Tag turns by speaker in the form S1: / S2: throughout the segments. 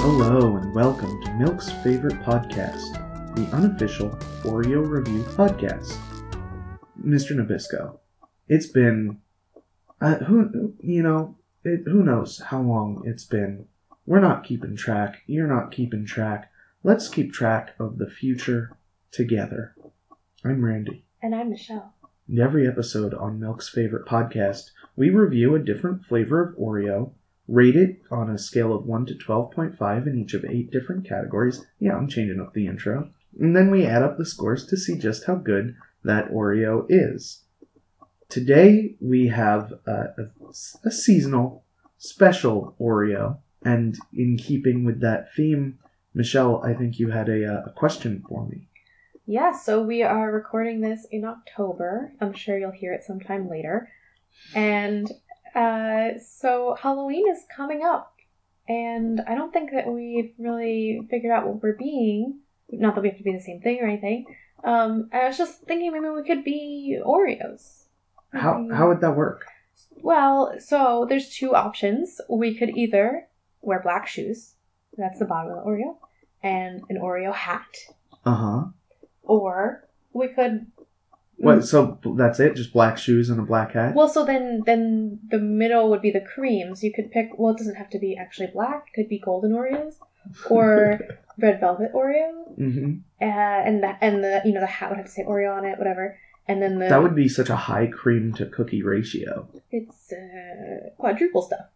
S1: Hello and welcome to Milk's favorite podcast, the unofficial Oreo review podcast. Mr. Nabisco, it's been uh, who you know it, who knows how long it's been. We're not keeping track. You're not keeping track. Let's keep track of the future together. I'm Randy.
S2: And I'm Michelle.
S1: In every episode on Milk's Favorite Podcast, we review a different flavor of Oreo, rate it on a scale of 1 to 12.5 in each of 8 different categories. Yeah, I'm changing up the intro. And then we add up the scores to see just how good that Oreo is. Today we have a, a, a seasonal special Oreo, and in keeping with that theme, Michelle, I think you had a, uh, a question for me.
S2: Yeah, so we are recording this in October. I'm sure you'll hear it sometime later. And uh, so Halloween is coming up. And I don't think that we've really figured out what we're being. Not that we have to be the same thing or anything. Um, I was just thinking maybe we could be Oreos.
S1: How,
S2: Maybe-
S1: how would that work?
S2: Well, so there's two options. We could either wear black shoes, that's the bottom of the Oreo, and an Oreo hat,
S1: Uh huh.
S2: or we could
S1: What? So that's it? Just black shoes and a black hat?
S2: Mm. Well, so then then the middle would be the cream. So you could pick. Well, it doesn't have to be actually black. It could be golden Oreos or red velvet Oreo,
S1: hmm
S2: uh, and the and the you know the hat would have to say Oreo on it, whatever. And then the
S1: That would be such a high cream to cookie ratio.
S2: it's uh, quadruple stuff.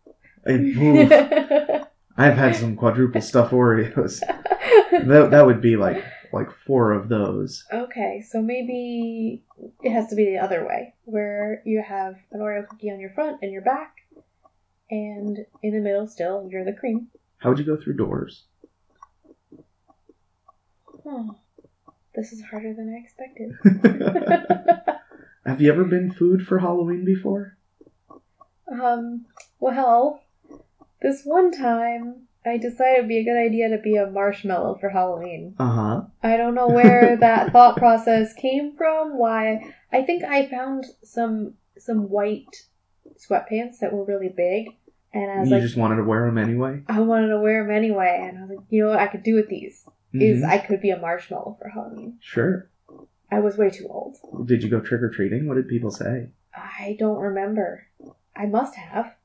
S1: And, oof, I've had some quadruple stuff Oreos. That, that would be like like four of those.
S2: okay, so maybe it has to be the other way, where you have an Oreo cookie on your front and your back, and in the middle still you're the cream.
S1: How would you go through doors?
S2: Hmm. This is harder than I expected.
S1: Have you ever been food for Halloween before?
S2: Um, well, this one time I decided it'd be a good idea to be a marshmallow for Halloween.
S1: Uh huh.
S2: I don't know where that thought process came from, why I think I found some some white sweatpants that were really big and I was
S1: You
S2: like
S1: just wanted to wear them anyway.
S2: I wanted to wear them anyway and I was like, you know what I could do with these is
S1: Mhm.
S2: I could be a marshmallow for Halloween.
S1: Sure.
S2: I was way too old.
S1: Did you go trick or treating? What did people say?
S2: I don't remember. I must have.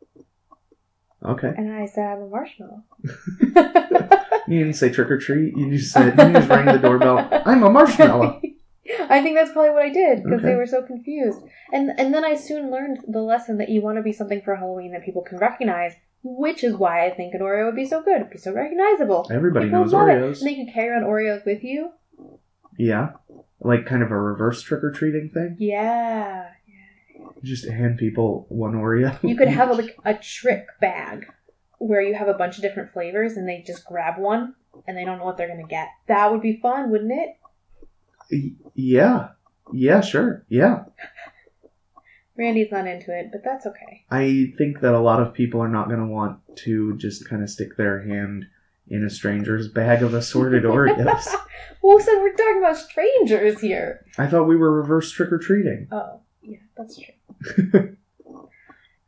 S1: Okay.
S2: And I said I'm a marshmallow.
S1: You didn't say trick or treat. You just said you just rang the doorbell. I'm a marshmallow.
S2: I think that's probably what I did because
S1: Okay.
S2: they were so confused. And and then I soon learned the lesson that you want to be something for Halloween that people can recognize, which is why I think an Oreo would be so good. It'd be so recognizable.
S1: Everybody
S2: People
S1: knows
S2: love it.
S1: Oreos.
S2: And they can carry around Oreos with you.
S1: Yeah. Like kind of a reverse trick or treating thing.
S2: Yeah.
S1: Just hand people one Oreo.
S2: You could have a, like a trick bag where you have a bunch of different flavors and they just grab one and they don't know what they're going to get. That would be fun, wouldn't it?
S1: Y- yeah. Yeah, sure. Yeah.
S2: Randy's not into it, but that's okay.
S1: I think that a lot of people are not going to want to just kind of stick their hand in a stranger's bag of assorted Oreos.
S2: Well, so we're talking about strangers here.
S1: I thought we were reverse trick or treating.
S2: Oh, yeah, that's true.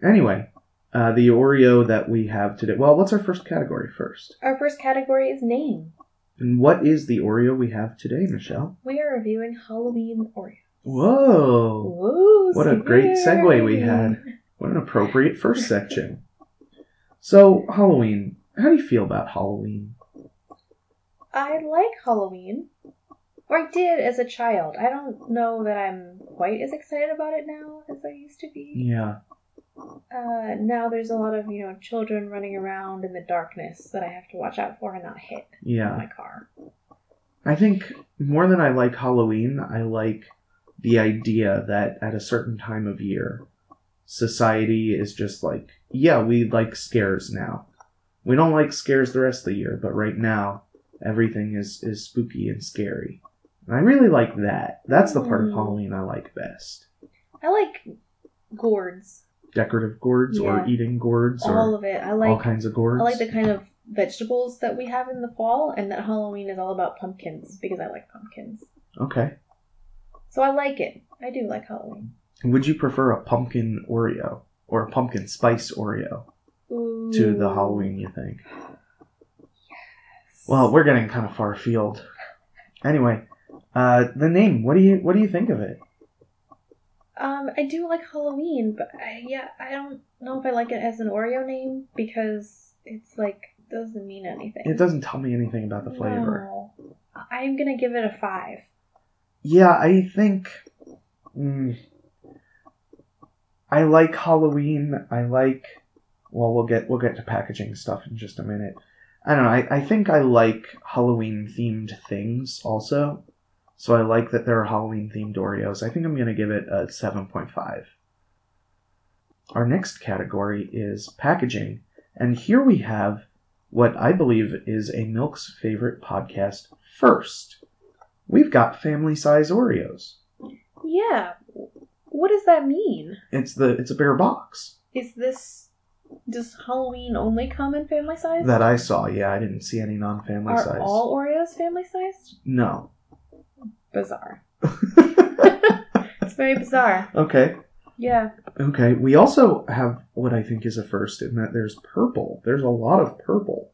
S1: Anyway, uh, the Oreo that we have today. Well, what's our first category first?
S2: Our first category is name.
S1: And what is the Oreo we have today, Michelle?
S2: We are reviewing Halloween Oreo.
S1: Whoa.
S2: Whoa,
S1: What a great segue we
S2: scary.
S1: had. What an appropriate first section. So, Halloween. How do you feel about Halloween?
S2: I like Halloween. Or I did as a child. I don't know that I'm quite as excited about it now as I used to be.
S1: Yeah.
S2: Uh, now there's a lot of, you know, children running around in the darkness that I have to watch out for and not hit
S1: Yeah.
S2: my car.
S1: I think more than I like Halloween, I like the idea that at a certain time of year, society is just like, yeah, we like scares now. We don't like scares the rest of the year, but right now, everything is, is spooky and scary. And I really like that. That's the part of
S2: Mm.
S1: Halloween I like best.
S2: I like gourds.
S1: Decorative gourds or
S2: Yeah. Uh-huh.
S1: eating gourds or
S2: All of it. I like
S1: all kinds of gourds.
S2: I like the kind of vegetables that we have in the fall, and that Halloween is all about pumpkins because I like pumpkins.
S1: Okay.
S2: So I like it. I do like Halloween.
S1: Would you prefer a pumpkin Oreo or a pumpkin spice Oreo
S2: Ooh.
S1: to the Halloween, you think? Well, we're getting kind of far afield. Anyway, uh, the name. What do you what do you think of it?
S2: Um, I do like Halloween, but I, yeah, I don't know if I like it as an Oreo name because it's like doesn't mean anything.
S1: It doesn't tell me anything about the flavor.
S2: No. I'm gonna give it a five.
S1: Yeah, I think. Mm, I like Halloween. I like. Well, we'll get we'll get to packaging stuff in just a minute. I don't know. I, I think I like Halloween themed things also. So I like that there are Halloween themed Oreos. I think I'm gonna give it a 7.5. Our next category is packaging, and here we have what I believe is a Milk's favorite podcast first. We've got family size Oreos.
S2: Yeah. What does that mean?
S1: It's the it's a bigger box
S2: Is this does Halloween only come in family size?
S1: that I saw. Yeah, I didn't see any non-family
S2: Are
S1: size.
S2: all Oreos family size?
S1: No.
S2: Bizarre. It's very bizarre.
S1: okay.
S2: Yeah.
S1: Okay. We also have what I think is a first in that there's purple. There's a lot of purple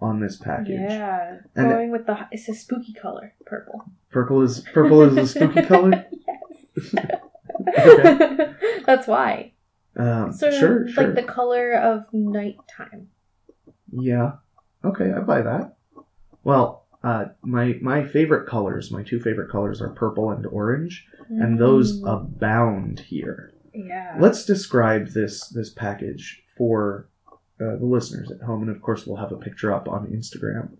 S1: on this package.
S2: Yeah.
S1: And it-
S2: Going with the it's a spooky color, purple.
S1: Purple is purple is a spooky color.
S2: yes. That's why.
S1: Um,
S2: So
S1: sure,
S2: like
S1: sure.
S2: the color of nighttime.
S1: Yeah. Okay, I buy that. Well, uh, my my favorite colors, my two favorite colors are purple and orange, and those uh,
S2: Mm,
S1: abound here.
S2: yeah.
S1: Let's describe this this package for uh, the listeners at home, and of course, we'll have a picture up on Instagram.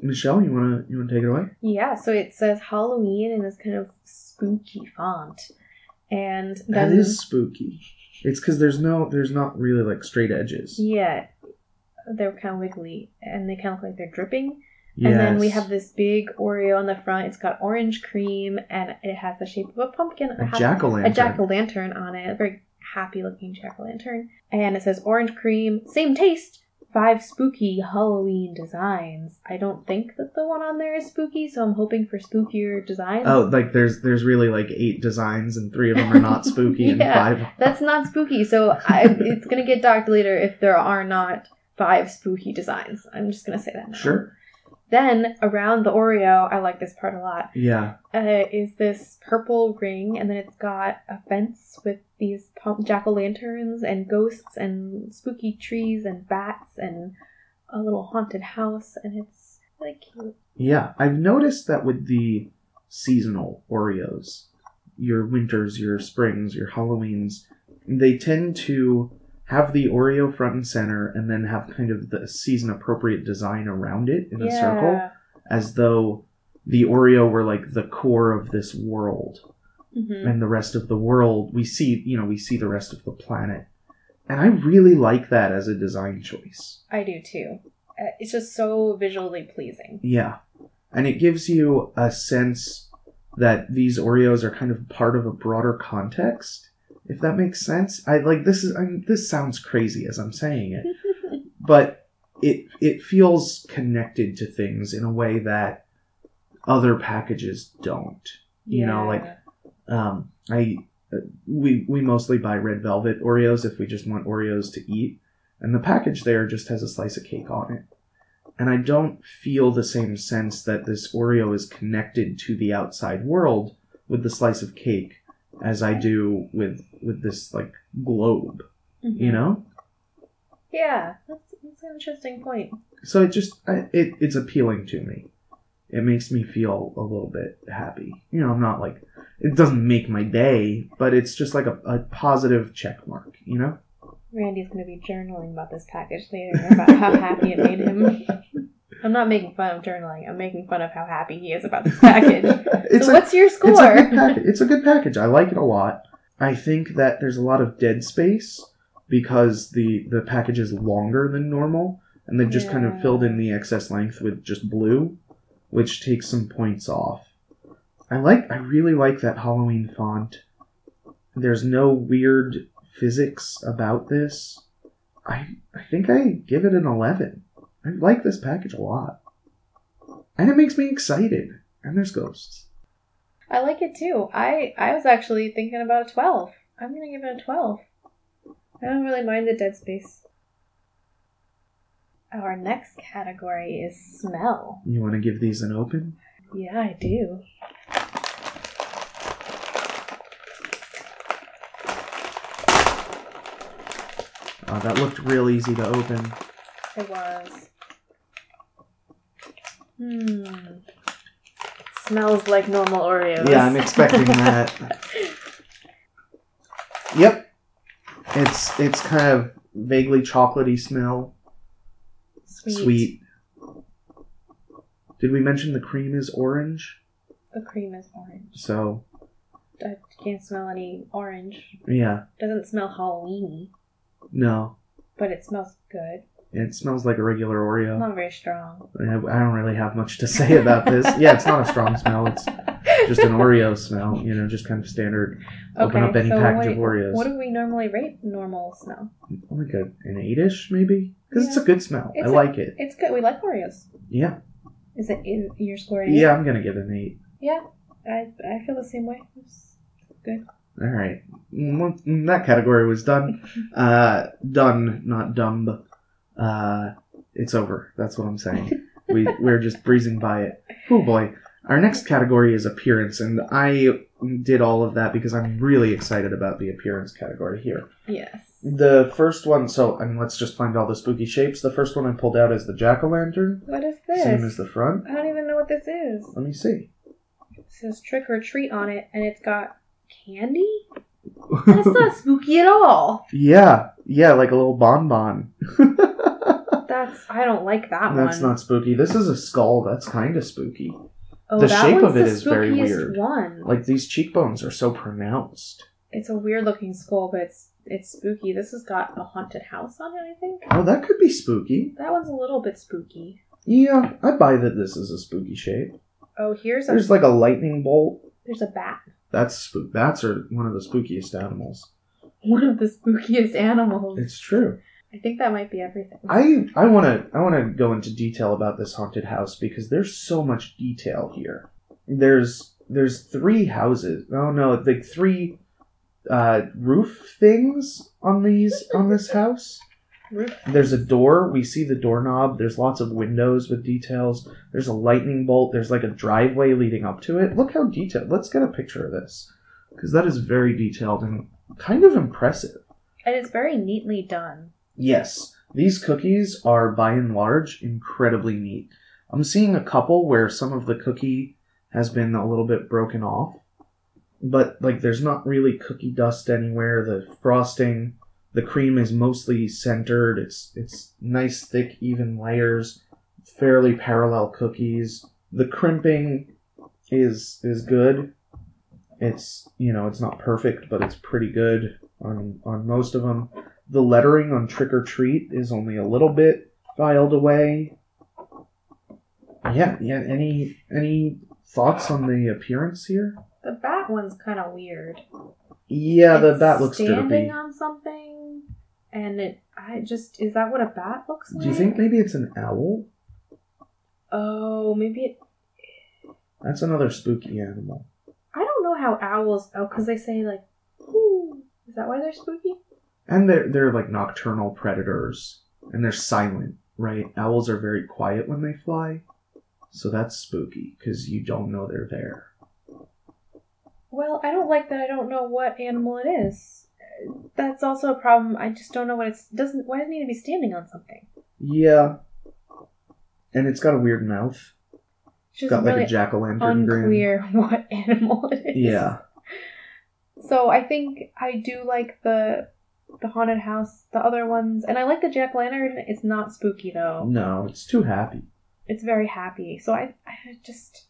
S1: Michelle, you wanna you wanna take it away?
S2: Yeah, so it says Halloween in this kind of spooky font. And
S1: That
S2: then
S1: is spooky. It's because there's no there's not really like straight edges.
S2: yeah, they're kind of wiggly and they kind of look like they're dripping. And then we
S1: Yes.
S2: have this big Oreo on the front. It's got orange cream and it has the shape of a pumpkin. I
S1: a
S2: have-
S1: jack o'
S2: a
S1: lantern.
S2: jack o' lantern on it, a very happy looking jack o' lantern. And it says orange cream, same taste, five spooky Halloween designs. I don't think that the one on there is spooky, so I'm hoping for spookier designs.
S1: Oh, like there's there's really like eight designs and three of them are not spooky and
S2: Yeah.
S1: five
S2: That's not spooky, so I, it's gonna get docked later if there are not five spooky designs. I'm just gonna say that. Now.
S1: Sure.
S2: Then around the Oreo, I like this part a lot.
S1: Yeah.
S2: uh, is this purple ring, and then it's got a fence with these pom- jack o' lanterns and ghosts and spooky trees and bats and a little haunted house, and it's really cute.
S1: Yeah. I've noticed that with the seasonal Oreos, your winters, your springs, your Halloweens, they tend to have the Oreo front and center and then have kind of the season appropriate design around it in a circle. as though the Oreo were like the core of this world,
S2: hmm
S1: and the rest of the world we see, you know, we see the rest of the planet, and I really like that as a design choice.
S2: I do too. Uh, it's just so visually pleasing.
S1: Yeah, and it gives you a sense that these Oreos are kind of part of a broader context. If that makes sense, I like this is I mean, this sounds crazy as I'm saying it, but it it feels connected to things in a way that other packages don't. You know, like,
S2: Yeah.
S1: Um, I uh, we we mostly buy red velvet Oreos if we just want Oreos to eat, and the package there just has a slice of cake on it. And I don't feel the same sense that this Oreo is connected to the outside world with the slice of cake as I do with with this like globe, you
S2: Mhm.
S1: know.
S2: Yeah, that's, that's an interesting point.
S1: So it just I, it it's appealing to me. It makes me feel a little bit happy. You know, I'm not like it doesn't make my day, but it's just like a, a positive check mark. You know.
S2: Randy's gonna be journaling about this package later about how happy it made him. I'm not making fun of journaling. I'm making fun of how happy he is about this package.
S1: it's,
S2: so
S1: a,
S2: what's your
S1: it's a good
S2: score?
S1: package. It's a good package. I like it a lot. I think that there's a lot of dead space because the the package is longer than normal, and they've just kind of
S2: Yeah.
S1: filled in the excess length with just blue, which takes some points off. I like. I really like that Halloween font. There's no weird physics about this. I I think I give it an eleven. I like this package a lot, and it makes me excited. And there's ghosts.
S2: I like it too. I I was actually thinking about a 12. I'm gonna give it a 12. I don't really mind the dead space. Oh, Our next category is smell.
S1: You want to give these an open?
S2: Yeah, I do.
S1: Uh, that looked real easy to open.
S2: It was. Hmm. Smells like normal Oreos.
S1: Yeah, I'm expecting that. Yep. It's it's kind of vaguely chocolatey smell.
S2: sweet.
S1: Sweet. Did we mention the cream is orange?
S2: The cream is orange.
S1: So
S2: I can't smell any orange.
S1: yeah,
S2: Doesn't smell Halloweeny,
S1: no. It
S2: but it smells good.
S1: smells like a regular Oreo.
S2: Not very strong.
S1: I I don't really have much to say about this. yeah, it's not a strong smell. It's just an Oreo smell. You know, just kind of standard. Open up any
S2: what,
S1: package
S2: do-
S1: of Oreos.
S2: what do we normally rate normal smell?
S1: like a, an eight-ish maybe because it's a
S2: Yeah.
S1: good smell.
S2: It's
S1: I
S2: a-
S1: like it.
S2: It's good. We like Oreos.
S1: Yeah,
S2: Is it in your score? in?
S1: yeah. I'm gonna give it an eight.
S2: Yeah. I, I feel the same way. It's good.
S1: All right, Mm, well, mm, that category was done. Uh, done, not dumb. Uh, it's over. That's what I'm saying. we we're just breezing by it. Oh boy. Our next category is appearance, and I did all of that because I'm really excited about the appearance category here.
S2: Yes.
S1: The first one, so I mean, let's just find all the spooky shapes. The first one I pulled out is the jack o' lantern,
S2: What is this?
S1: same as the front.
S2: I don't even know what this is.
S1: Let me see.
S2: It says trick or treat on it, and it's got candy? That's not spooky at all.
S1: yeah, yeah, like a little bonbon.
S2: That's I don't like that
S1: That's
S2: one.
S1: not spooky. This is a skull. That's kind of spooky.
S2: oh,
S1: the
S2: that
S1: shape
S2: one's
S1: of it
S2: the
S1: is very
S2: spookiest
S1: weird.
S2: One.
S1: Like these cheekbones are so pronounced.
S2: it's a weird looking skull, but it's it's spooky. This has got a haunted house on it, I think.
S1: Oh, that could be spooky.
S2: That one's a little bit spooky.
S1: Yeah, I buy that this is a spooky shape.
S2: Oh, here's a
S1: There's like a lightning bolt.
S2: there's a bat.
S1: That's spook. That's are one of the spookiest animals.
S2: One of the spookiest animals.
S1: It's true.
S2: I think that might be everything.
S1: I I want to I want to go into detail about this haunted house because there's so much detail here. There's there's three houses. Oh no, like three uh, roof things on these on this house.
S2: Roof.
S1: There's a door. We see the doorknob. There's lots of windows with details. There's a lightning bolt. There's like a driveway leading up to it. Look how detailed. Let's get a picture of this because that is very detailed and kind of impressive.
S2: And it's very neatly done.
S1: Yes, these cookies are by and large incredibly neat. I'm seeing a couple where some of the cookie has been a little bit broken off, but like there's not really cookie dust anywhere. The frosting, the cream is mostly centered. It's it's nice thick even layers, fairly parallel cookies. The crimping is is good. It's, you know, it's not perfect, but it's pretty good on on most of them the lettering on trick or treat is only a little bit filed away. Yeah, yeah. Any any thoughts on the appearance here?
S2: The bat one's kind of weird.
S1: Yeah, the
S2: It's
S1: bat looks
S2: standing
S1: derpy.
S2: on something, and it. I just is that what a bat looks like?
S1: Do you think maybe it's an owl?
S2: Oh, maybe it.
S1: That's another spooky animal.
S2: I don't know how owls. Oh, because they say like, "Ooh," is that why they're spooky?
S1: And they're they're like nocturnal predators, and they're silent, right? Owls are very quiet when they fly, so that's spooky because you don't know they're there.
S2: Well, I don't like that. I don't know what animal it is. Uh, That's also a problem. I just don't know what it's doesn't. Why does it need to be standing on something?
S1: Yeah, and it's got a weird mouth.
S2: It's just
S1: got like
S2: really
S1: a jack o' lantern grin.
S2: unclear what animal it is.
S1: Yeah.
S2: So I think I do like the the haunted house, the other ones, and I like the jack lantern. It's not spooky though.
S1: No, it's too happy.
S2: It's very happy. So I I just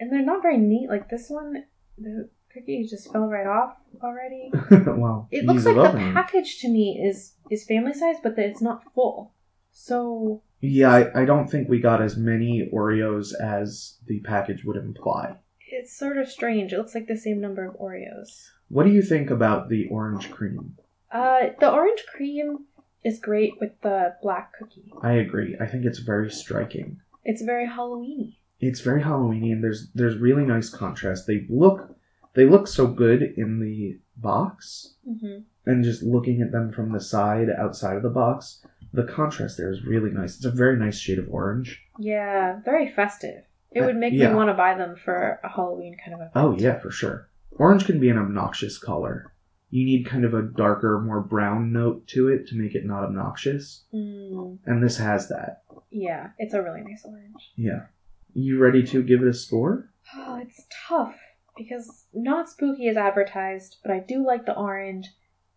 S2: and they're not very neat. Like this one, the cookie just fell right off already.
S1: well,
S2: It looks
S1: ease
S2: like
S1: of
S2: the
S1: opening.
S2: package to me is is family size, but that it's not full. So
S1: Yeah, I, I don't think we got as many Oreos as the package would imply.
S2: it's sort of strange. It looks like the same number of Oreos.
S1: What do you think about the orange cream?
S2: Uh, the orange cream is great with the black cookie.
S1: I agree. I think it's very striking.
S2: It's very Halloweeny.
S1: It's very Halloweeny, and there's there's really nice contrast. They look they look so good in the box,
S2: Mm-hmm.
S1: and just looking at them from the side outside of the box, the contrast there is really nice. It's a very nice shade of orange.
S2: Yeah, very festive. It
S1: Uh,
S2: would make
S1: yeah.
S2: me want to buy them for a Halloween kind of event.
S1: Oh yeah, for sure. Orange can be an obnoxious color. You need kind of a darker, more brown note to it to make it not obnoxious,
S2: Mm,
S1: and this has that.
S2: yeah, it's a really nice orange.
S1: Yeah. You ready to give it a score?
S2: Oh, it's tough because not spooky as advertised, but I do like the orange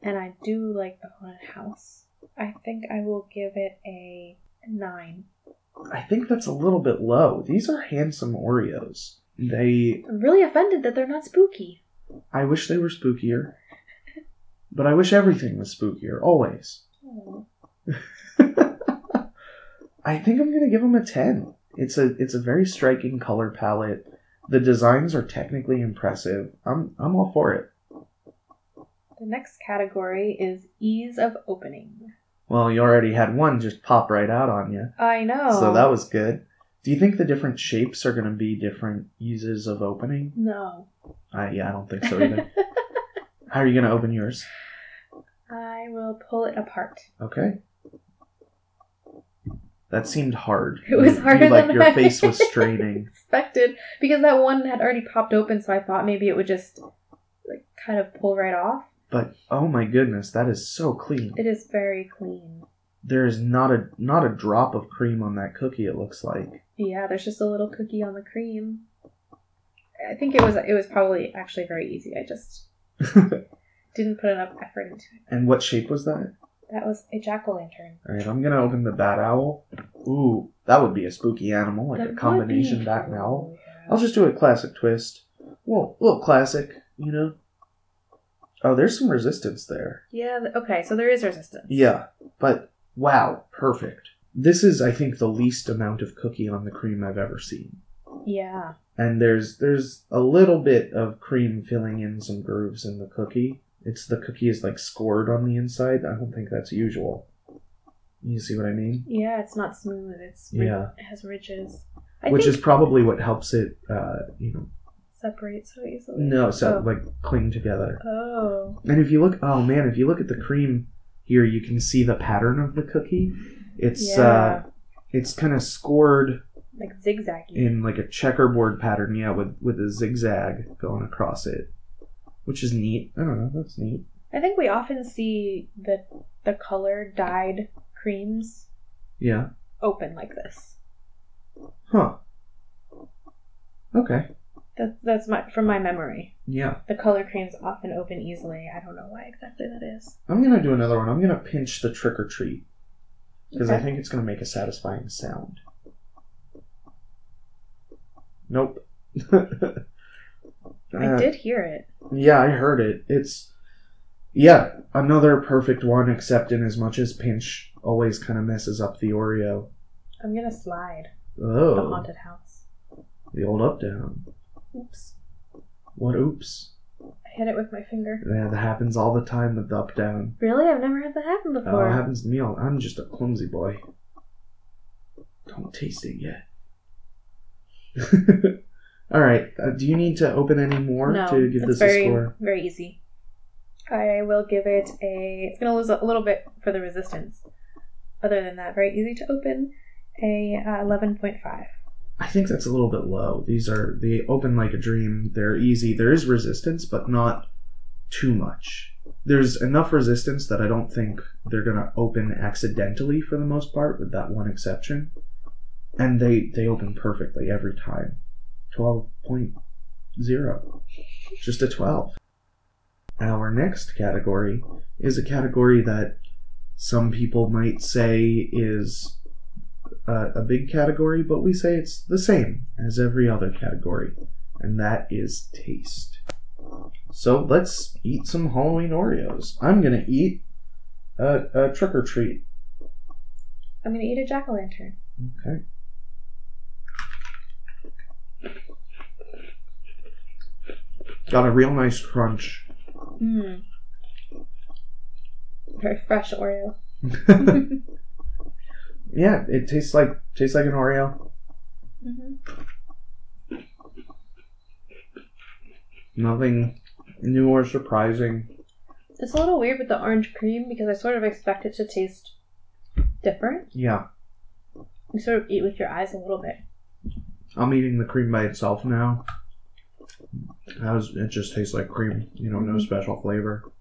S2: and I do like the haunted house. I think I will give it a nine.
S1: I think that's a little bit low. These are handsome Oreos. They
S2: I'm really offended that they're not spooky.
S1: I wish they were spookier. But I wish everything was spookier always.
S2: Oh,
S1: I think I'm gonna give them a ten. It's a it's a very striking color palette. The designs are technically impressive. I'm I'm all for it.
S2: The next category is ease of opening.
S1: Well, you already had one just pop right out on you,
S2: I know.
S1: so that was good. Do you think the different shapes are gonna be different uses of opening?
S2: no.
S1: I yeah, I don't think so either. How are you gonna open yours?
S2: I will pull it apart.
S1: Okay. That seemed hard.
S2: It was
S1: You- you,
S2: harder
S1: like
S2: than
S1: your
S2: I-
S1: face was straining.
S2: expected because that one had already popped open, so I thought maybe it would just like kind of pull right off.
S1: But oh my goodness, that is so clean.
S2: It is very clean.
S1: There is not a not a drop of cream on that cookie. It looks like.
S2: Yeah, there's just a little cookie on the cream. I think it was it was probably actually very easy. I just didn't put enough effort into it.
S1: And what shape was that?
S2: That was a jack o' lantern.
S1: All right, I'm gonna open the bat owl. Ooh, that would be a spooky animal, like
S2: That
S1: a
S2: would be
S1: combination bat and
S2: cool,
S1: owl.
S2: yeah.
S1: I'll just do a classic twist. Well, a little classic, you know. Oh, there's some resistance there.
S2: Yeah. th- Okay. So there is resistance.
S1: Yeah, but wow, perfect. This is, I think, the least amount of cookie on the cream I've ever seen.
S2: Yeah.
S1: And there's there's a little bit of cream filling in some grooves in the cookie. It's the cookie is like scored on the inside. I don't think that's usual. You see what I mean?
S2: Yeah. It's not smooth. It's ri-
S1: Yeah.
S2: It has ridges. I
S1: Which
S2: think
S1: is probably what helps it, uh, you know,
S2: separates so easily.
S1: no, so
S2: Oh.
S1: like cling together.
S2: Oh.
S1: And if you look, oh man, if you look at the cream here, you can see the pattern of the cookie. It's uh,
S2: yeah.
S1: it's kind of scored
S2: like zigzaggy.
S1: in like a checkerboard pattern, yeah, with with a zigzag going across it, which is neat. I don't know, that's neat.
S2: I think we often see the the color dyed creams
S1: Yeah.
S2: open like this.
S1: Huh. Okay.
S2: That, that's my from my memory.
S1: Yeah.
S2: The color creams often open easily. I don't know why exactly that is.
S1: I'm gonna do another one. I'm gonna pinch the trick or treat because I
S2: Okay.
S1: think it's gonna make a satisfying sound. Nope. Uh,
S2: I did hear it.
S1: Yeah, I heard it. It's yeah, another perfect one, except in as much as pinch always kind of messes up the Oreo.
S2: I'm gonna slide
S1: Oh,
S2: the haunted house.
S1: The old up down.
S2: Oops.
S1: What oops?
S2: I hit it with my finger.
S1: Yeah, that happens all the time with the up down.
S2: Really? I've never had that happen
S1: Oh, it
S2: before.
S1: happens to me all. I'm just a clumsy boy. Don't taste it yet. all right. Uh, do you need to open any more
S2: no,
S1: to give
S2: it's
S1: this
S2: very
S1: a score?
S2: very easy. I will give it a. It's gonna lose a little bit for the resistance. Other than that, very easy to open. A uh, eleven point five.
S1: I think that's a little bit low. These are they open like a dream. They're easy. There is resistance, but not too much. There's enough resistance that I don't think they're gonna open accidentally for the most part, with that one exception. And they they open perfectly every time. Twelve point zero. Just a twelve. Our next category is a category that some people might say is uh, a big category, but we say it's the same as every other category, and that is taste. So let's eat some Halloween Oreos. I'm gonna eat a, a trick or treat.
S2: I'm gonna eat a jack o' lantern.
S1: Okay. Got a real nice crunch.
S2: Mm. Very fresh Oreo.
S1: yeah, it tastes like tastes like an Oreo.
S2: Mm-hmm.
S1: Nothing new or surprising.
S2: It's a little weird with the orange cream because I sort of expect it to taste different.
S1: Yeah.
S2: You sort of eat with your eyes a little bit.
S1: I'm eating the cream by itself now. That was, it just tastes like cream, you know, no
S2: Mm-hmm.
S1: special flavor.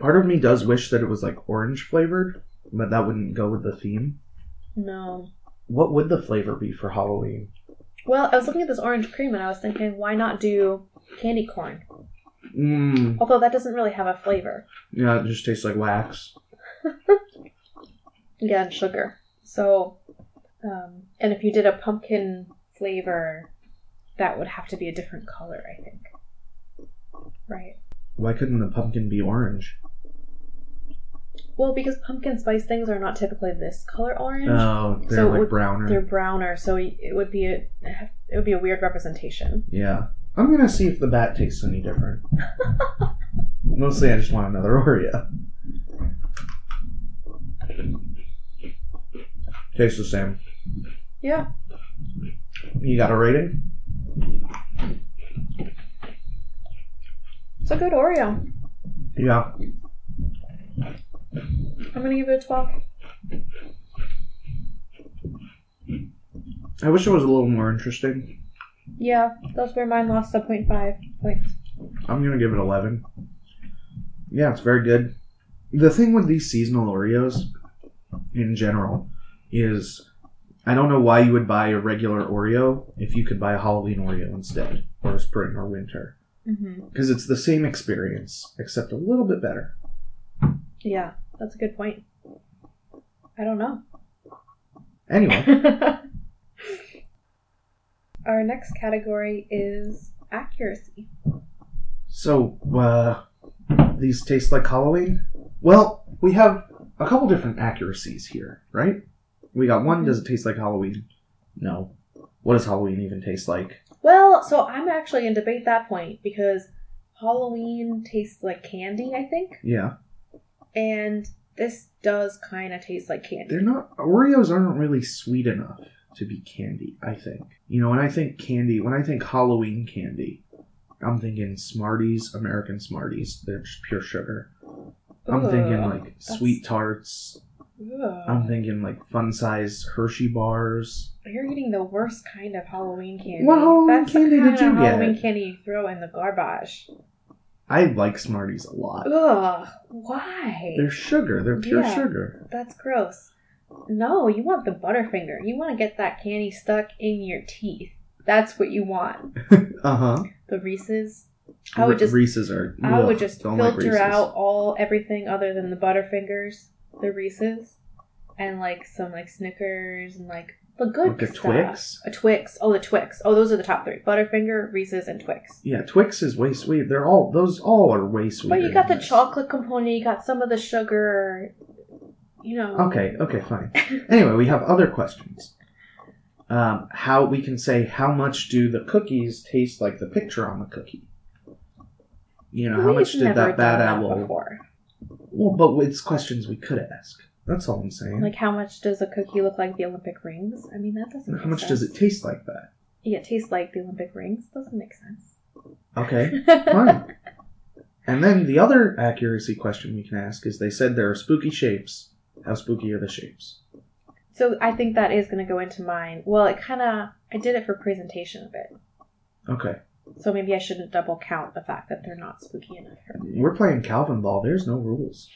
S1: Part of me does wish that it was like orange flavored, but that wouldn't go with the theme.
S2: No.
S1: What would the flavor be for Halloween?
S2: Well, I was looking at this orange cream and I was thinking, why not do candy corn?
S1: Mmm,
S2: Although that doesn't really have a flavor.
S1: yeah, it just tastes like wax.
S2: Yeah, and sugar. So, um, and if you did a pumpkin flavor, that would have to be a different color, I think. Right.
S1: Why couldn't the pumpkin be orange?
S2: Well, because pumpkin spice things are not typically this color orange.
S1: Oh, they're
S2: Mm. So it
S1: like
S2: would- They're
S1: browner.
S2: browner, so it would be a, it would be a weird representation.
S1: Yeah. I'm gonna see if the bat tastes any different. Mostly, I just want another Oreo. Tastes the same.
S2: Yeah.
S1: You got a rating?
S2: It's a good Oreo.
S1: Yeah.
S2: I'm gonna give it a twelve.
S1: I wish it was a little more interesting.
S2: Yeah, that's where mine lost a point five points.
S1: I'm gonna give it 11. Yeah, it's very good. The thing with these seasonal Oreos, in general, is I don't know why you would buy a regular Oreo if you could buy a Halloween Oreo instead, or a spring or winter,
S2: Mm-hmm.
S1: because it's the same experience except a little bit better.
S2: Yeah, that's a good point. I don't know.
S1: Anyway,
S2: Our next category is accuracy.
S1: so uh, these taste like Halloween. Well, we have a couple different accuracies here, right? We got one. Does it taste like Halloween? No. What does Halloween even taste like?
S2: Well, so I'm actually in debate that point because Halloween tastes like candy, I think,
S1: Yeah.
S2: and this does kind of taste like candy.
S1: they're not Oreos aren't really sweet enough to be candy, I think. You know, when I think candy, when I think Halloween candy, I'm thinking Smarties, American Smarties. They're just pure sugar. I'm thinking
S2: Ugh.
S1: like sweet tarts.
S2: Ugh.
S1: I'm thinking like fun size Hershey bars.
S2: You're eating the worst kind of Halloween candy.
S1: What Halloween
S2: That's the
S1: candy did
S2: kind of
S1: you get?
S2: Halloween candy you throw in the garbage.
S1: I like Smarties a lot.
S2: Ugh, why?
S1: They're sugar. They're pure
S2: Yeah.
S1: sugar.
S2: That's gross. No, you want the Butterfinger. You want to get that candy stuck in your teeth. That's what you want.
S1: Uh huh.
S2: The Reese's. I would just,
S1: Reese's are.
S2: I would
S1: ugh,
S2: just
S1: don't like
S2: filter
S1: Reese's.
S2: out all everything other than the Butterfingers, the Reese's, and like some like Snickers and like the good
S1: Like a
S2: stuff.
S1: Twix.
S2: A Twix. Oh, the Twix. Oh, those are the top three: Butterfinger, Reese's, and Twix.
S1: Yeah, Twix is way sweet. They're all those all are way sweet.
S2: But you got the chocolate component. You got some of the sugar. You know.
S1: Okay, okay, fine. Anyway, we have other questions. Um, how we can say how much do the cookies taste like the picture on the cookie? You know, how
S2: We've
S1: much did
S2: never
S1: that bad
S2: done
S1: apple?
S2: before?
S1: well, but it's questions we could ask. That's all I'm saying.
S2: Like, how much does a cookie look like the Olympic rings? I mean, that doesn't.
S1: how
S2: make
S1: much does it
S2: sense.
S1: taste like that?
S2: Yeah, it tastes like the Olympic rings. Doesn't make sense.
S1: Okay, fine. and then the other accuracy question we can ask is: they said there are spooky shapes. How spooky are the shapes?
S2: so I think that is going to go into mine. Well, it kind of. I did it for presentation a bit,
S1: Okay,
S2: so maybe I shouldn't double count the fact that they're not spooky enough. For me.
S1: we're playing Calvin ball. There's no rules.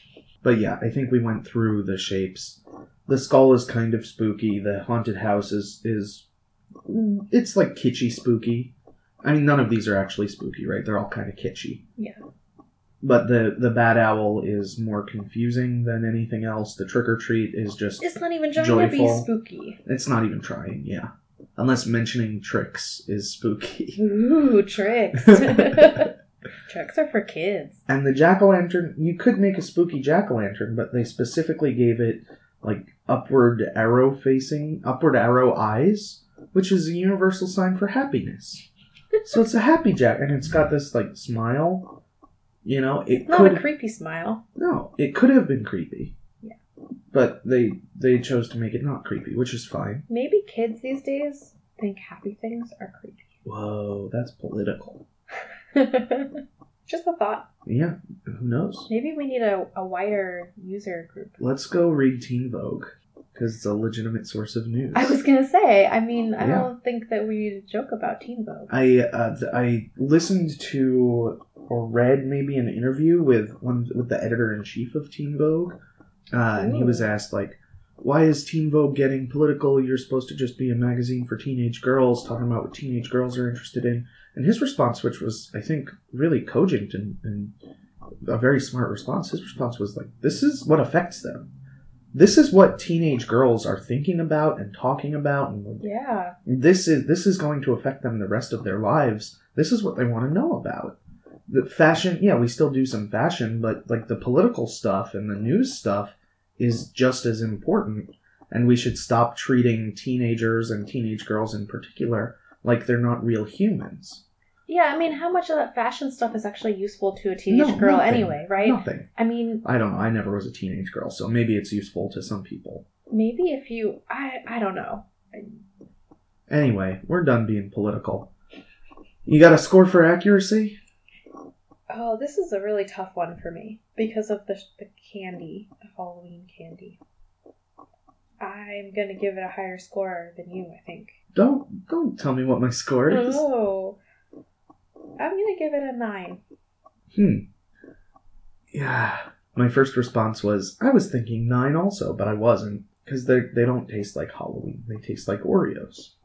S1: But yeah, I think we went through the shapes. The skull is kind of spooky. The haunted house is is it's like kitschy spooky. I mean, none of these are actually spooky, right? They're all kind of kitschy.
S2: Yeah.
S1: But the the bad owl is more confusing than anything else. The trick or treat is just
S2: It's not even trying to be
S1: Joyful.
S2: spooky.
S1: it's not even trying. Yeah. Unless mentioning tricks is spooky.
S2: Ooh, tricks. tricks are for kids.
S1: And the jack o' lantern, you could make a spooky jack o' lantern, but they specifically gave it like upward arrow facing, upward arrow eyes, which is a universal sign for happiness. so it's a happy jack, and it's got this like smile. You know, it
S2: Not
S1: could
S2: a creepy smile.
S1: no, it could have been creepy.
S2: Yeah.
S1: But they they chose to make it not creepy, which is fine.
S2: Maybe kids these days think happy things are creepy.
S1: Whoa, that's political.
S2: Just a thought.
S1: Yeah, who knows?
S2: Maybe we need a, a wider user group.
S1: Let's go read Teen Vogue because it's a legitimate source of news.
S2: I was gonna say. I mean, I
S1: Yeah.
S2: don't think that we need to joke about Teen Vogue.
S1: I uh, th- I listened to or read maybe an interview with one with the editor in chief of Teen Vogue, uh, and he
S2: Ooh.
S1: was asked like, "Why is Teen Vogue getting political? You're supposed to just be a magazine for teenage girls, talking about what teenage girls are interested in." And his response, which was I think really cogent and, and a very smart response, his response was like, "This is what affects them. This is what teenage girls are thinking about and talking about and
S2: Yeah.
S1: this is this is going to affect them the rest of their lives. This is what they want to know about. The fashion, yeah, we still do some fashion, but like the political stuff and the news stuff is just as important. And we should stop treating teenagers and teenage girls in particular like they're not real humans.
S2: Yeah. I mean, how much of that fashion stuff is actually useful to a teenage
S1: No,
S2: girl
S1: nothing.
S2: anyway? Right.
S1: Nothing.
S2: I mean,
S1: I don't know. I never was a teenage girl, so maybe it's useful to some people.
S2: maybe if you, I, I don't know.
S1: Anyway, we're done being political. You got a score for accuracy?
S2: Oh, this is a really tough one for me because of the the candy, the Halloween candy. I'm gonna give it a higher score than you, I think.
S1: Don't don't tell me what my score is.
S2: Oh, I'm gonna give it a nine.
S1: Hmm. Yeah. My first response was I was thinking nine also, but I wasn't because they they don't taste like Halloween. They taste like Oreos.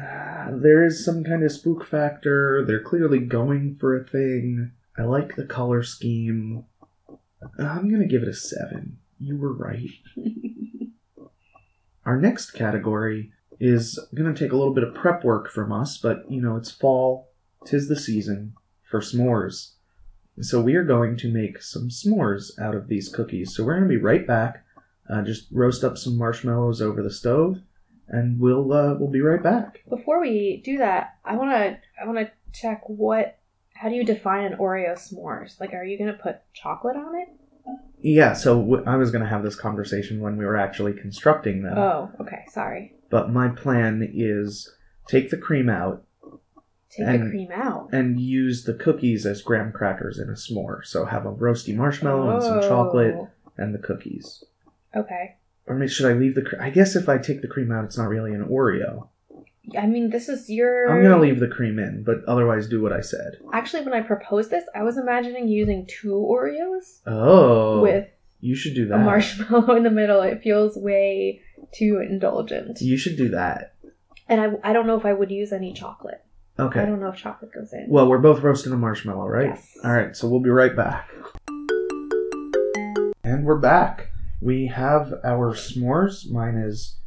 S1: Ah, there is some kind of spook factor. They're clearly going for a thing. I like the color scheme. I'm gonna give it a seven. You were right. Our next category is going to take a little bit of prep work from us, but you know, it's fall, tis the season for s'mores. So we are going to make some s'mores out of these cookies. So we're going to be right back. Uh, just roast up some marshmallows over the stove, and we'll uh, we'll be right back.
S2: Before we do that, I wanna I wanna check what. How do you define an Oreo s'mores? Like, are you gonna put chocolate on it?
S1: Yeah. So w- I was going to have this conversation when we were actually constructing them,
S2: Oh, okay, sorry.
S1: but my plan is take the cream out
S2: Take the
S1: And-
S2: cream out.
S1: and use the cookies as graham crackers in a s'more. So have a roasty marshmallow and some
S2: Oh,
S1: chocolate and the cookies.
S2: Okay.
S1: Or maybe should I leave the? cre- I guess if I take the cream out, it's not really an Oreo.
S2: I mean, this is your.
S1: I'm gonna leave the cream in, but otherwise do what I said.
S2: Actually, when I proposed this, I was imagining using two Oreos
S1: Oh,
S2: with
S1: you should do
S2: a
S1: that.
S2: marshmallow in the middle. It feels way too indulgent.
S1: you should do that.
S2: And I, I don't know if I would use any chocolate. I
S1: Okay.
S2: don't know if chocolate goes in.
S1: Well, we're both roasting a marshmallow, right?
S2: Yes.
S1: All right. So we'll be right back. And we're back. We have our s'mores. Mine is,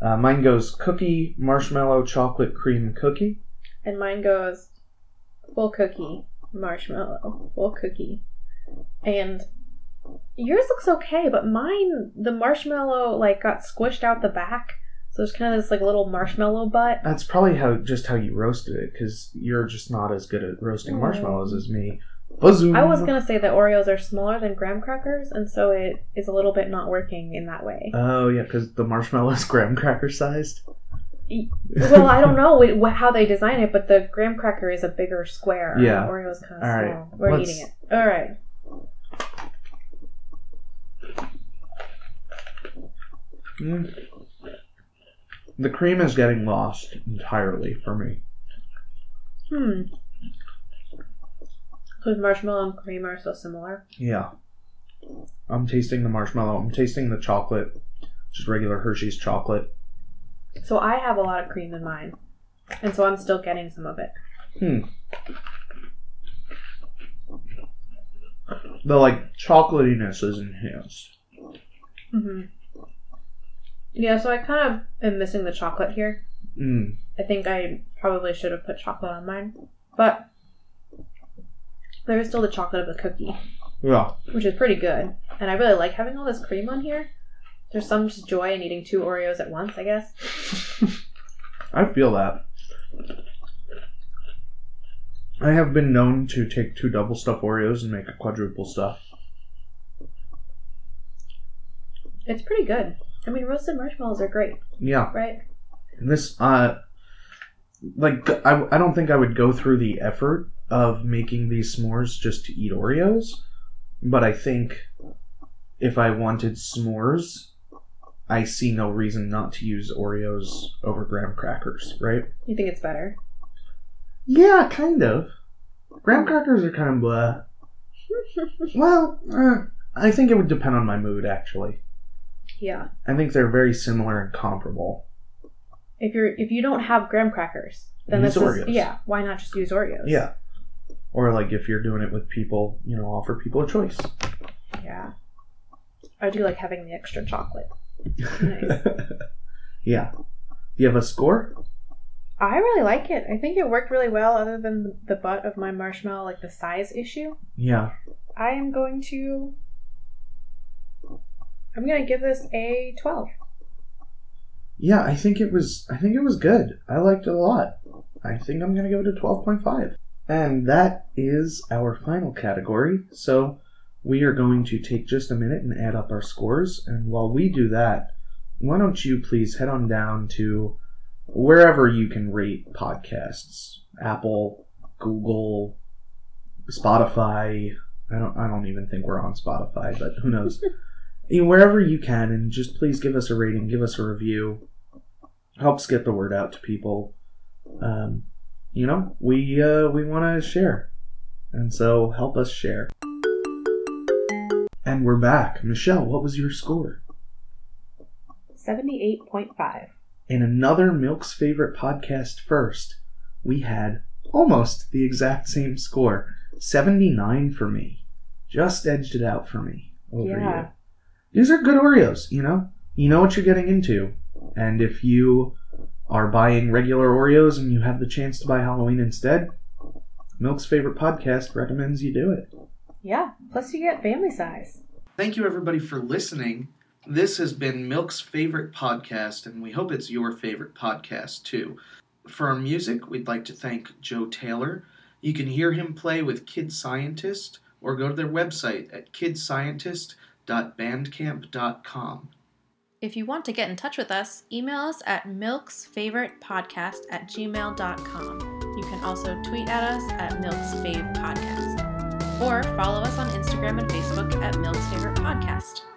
S1: uh, mine goes cookie, marshmallow, chocolate, cream, cookie.
S2: And mine goes full cookie, marshmallow, full cookie. And yours looks okay, but mine, the marshmallow, like, got squished out the back. So there's kind of this, like, little marshmallow butt.
S1: That's probably how just how you roasted it, because you're just not as good at roasting
S2: Mm.
S1: marshmallows as me. Bazoom.
S2: I was gonna say that Oreos are smaller than graham crackers, and so it is a little bit not working in that way.
S1: Oh yeah, because the marshmallow is graham cracker sized.
S2: Y-
S1: Uh,
S2: well, I don't know it, wh- how they design it, but the graham cracker is a bigger square. and
S1: Yeah.
S2: the Oreo's kind of
S1: All right.
S2: small. We're
S1: Let's-
S2: eating it. All right.
S1: Mm. The cream is getting lost entirely for me.
S2: Hmm. Because marshmallow and cream are so similar.
S1: Yeah, I'm tasting the marshmallow. I'm tasting the chocolate, just regular Hershey's chocolate.
S2: So I have a lot of cream in mine, and so I'm still getting some of it.
S1: The like chocolatiness is enhanced.
S2: hmm Yeah. So I kind of am missing the chocolate here.
S1: Mm.
S2: I think I probably should have put chocolate on mine, but there is still the chocolate of the cookie,
S1: Yeah,
S2: which is pretty good. And I really like having all this cream on here. There's some just joy in eating two Oreos at once, I guess.
S1: I feel that. I have been known to take two double stuff Oreos and make a quadruple stuff.
S2: It's pretty good. I mean, roasted marshmallows are great,
S1: Yeah,
S2: right?
S1: This uh like I, I don't think I would go through the effort of making these s'mores just to eat Oreos, but I think if I wanted s'mores, I see no reason not to use Oreos over graham crackers, right?
S2: You think it's better?
S1: Yeah, kind of. Graham crackers are kind of blah. well, uh, I think it would depend on my mood actually.
S2: Yeah.
S1: I think they're very similar and comparable.
S2: If you're if you don't have graham crackers, then
S1: Use
S2: this is
S1: Oreos.
S2: yeah. Why not just use Oreos?
S1: Yeah. Or like if you're doing it with people, you know, offer people a choice.
S2: Yeah. I do like having the extra chocolate. Nice.
S1: yeah. Do you have a score?
S2: I really like it. I think it worked really well, other than the butt of my marshmallow, like the size issue.
S1: Yeah.
S2: I am going to. I'm gonna give this a 12.
S1: Yeah, I think it was I think it was good. I liked it a lot. I think I'm gonna give it a twelve point five. And that is our final category. So we are going to take just a minute and add up our scores. And while we do that, why don't you please head on down to wherever you can rate podcasts. Apple, Google, Spotify. I don't I don't even think we're on Spotify, but who knows? You know, wherever you can and just please give us a rating, give us a review. Helps get the word out to people. Um, you know, we uh, we want to share. And so help us share. And we're back. Michelle, what was your score?
S2: 78.5.
S1: in another Milk's favorite podcast first, we had almost the exact same score 79 for me. Just edged it out for me over
S2: Yeah.
S1: you. These are good Oreos, you know? You know what you're getting into. And if you are buying regular Oreos and you have the chance to buy Halloween instead, Milk's favorite podcast recommends you do it.
S2: Yeah. Plus, you get family size.
S1: Thank you, everybody, for listening. This has been Milk's favorite podcast, and we hope it's your favorite podcast, too. For our music, we'd like to thank Joe Taylor. You can hear him play with Kid Scientist or go to their website at kidscientist.bandcamp.com.
S3: If you want to get in touch with us, email us at milksfavoritepodcast at gmail.com. You can also tweet at us at milksfavepodcast. Or follow us on Instagram and Facebook at milksfavoritepodcast.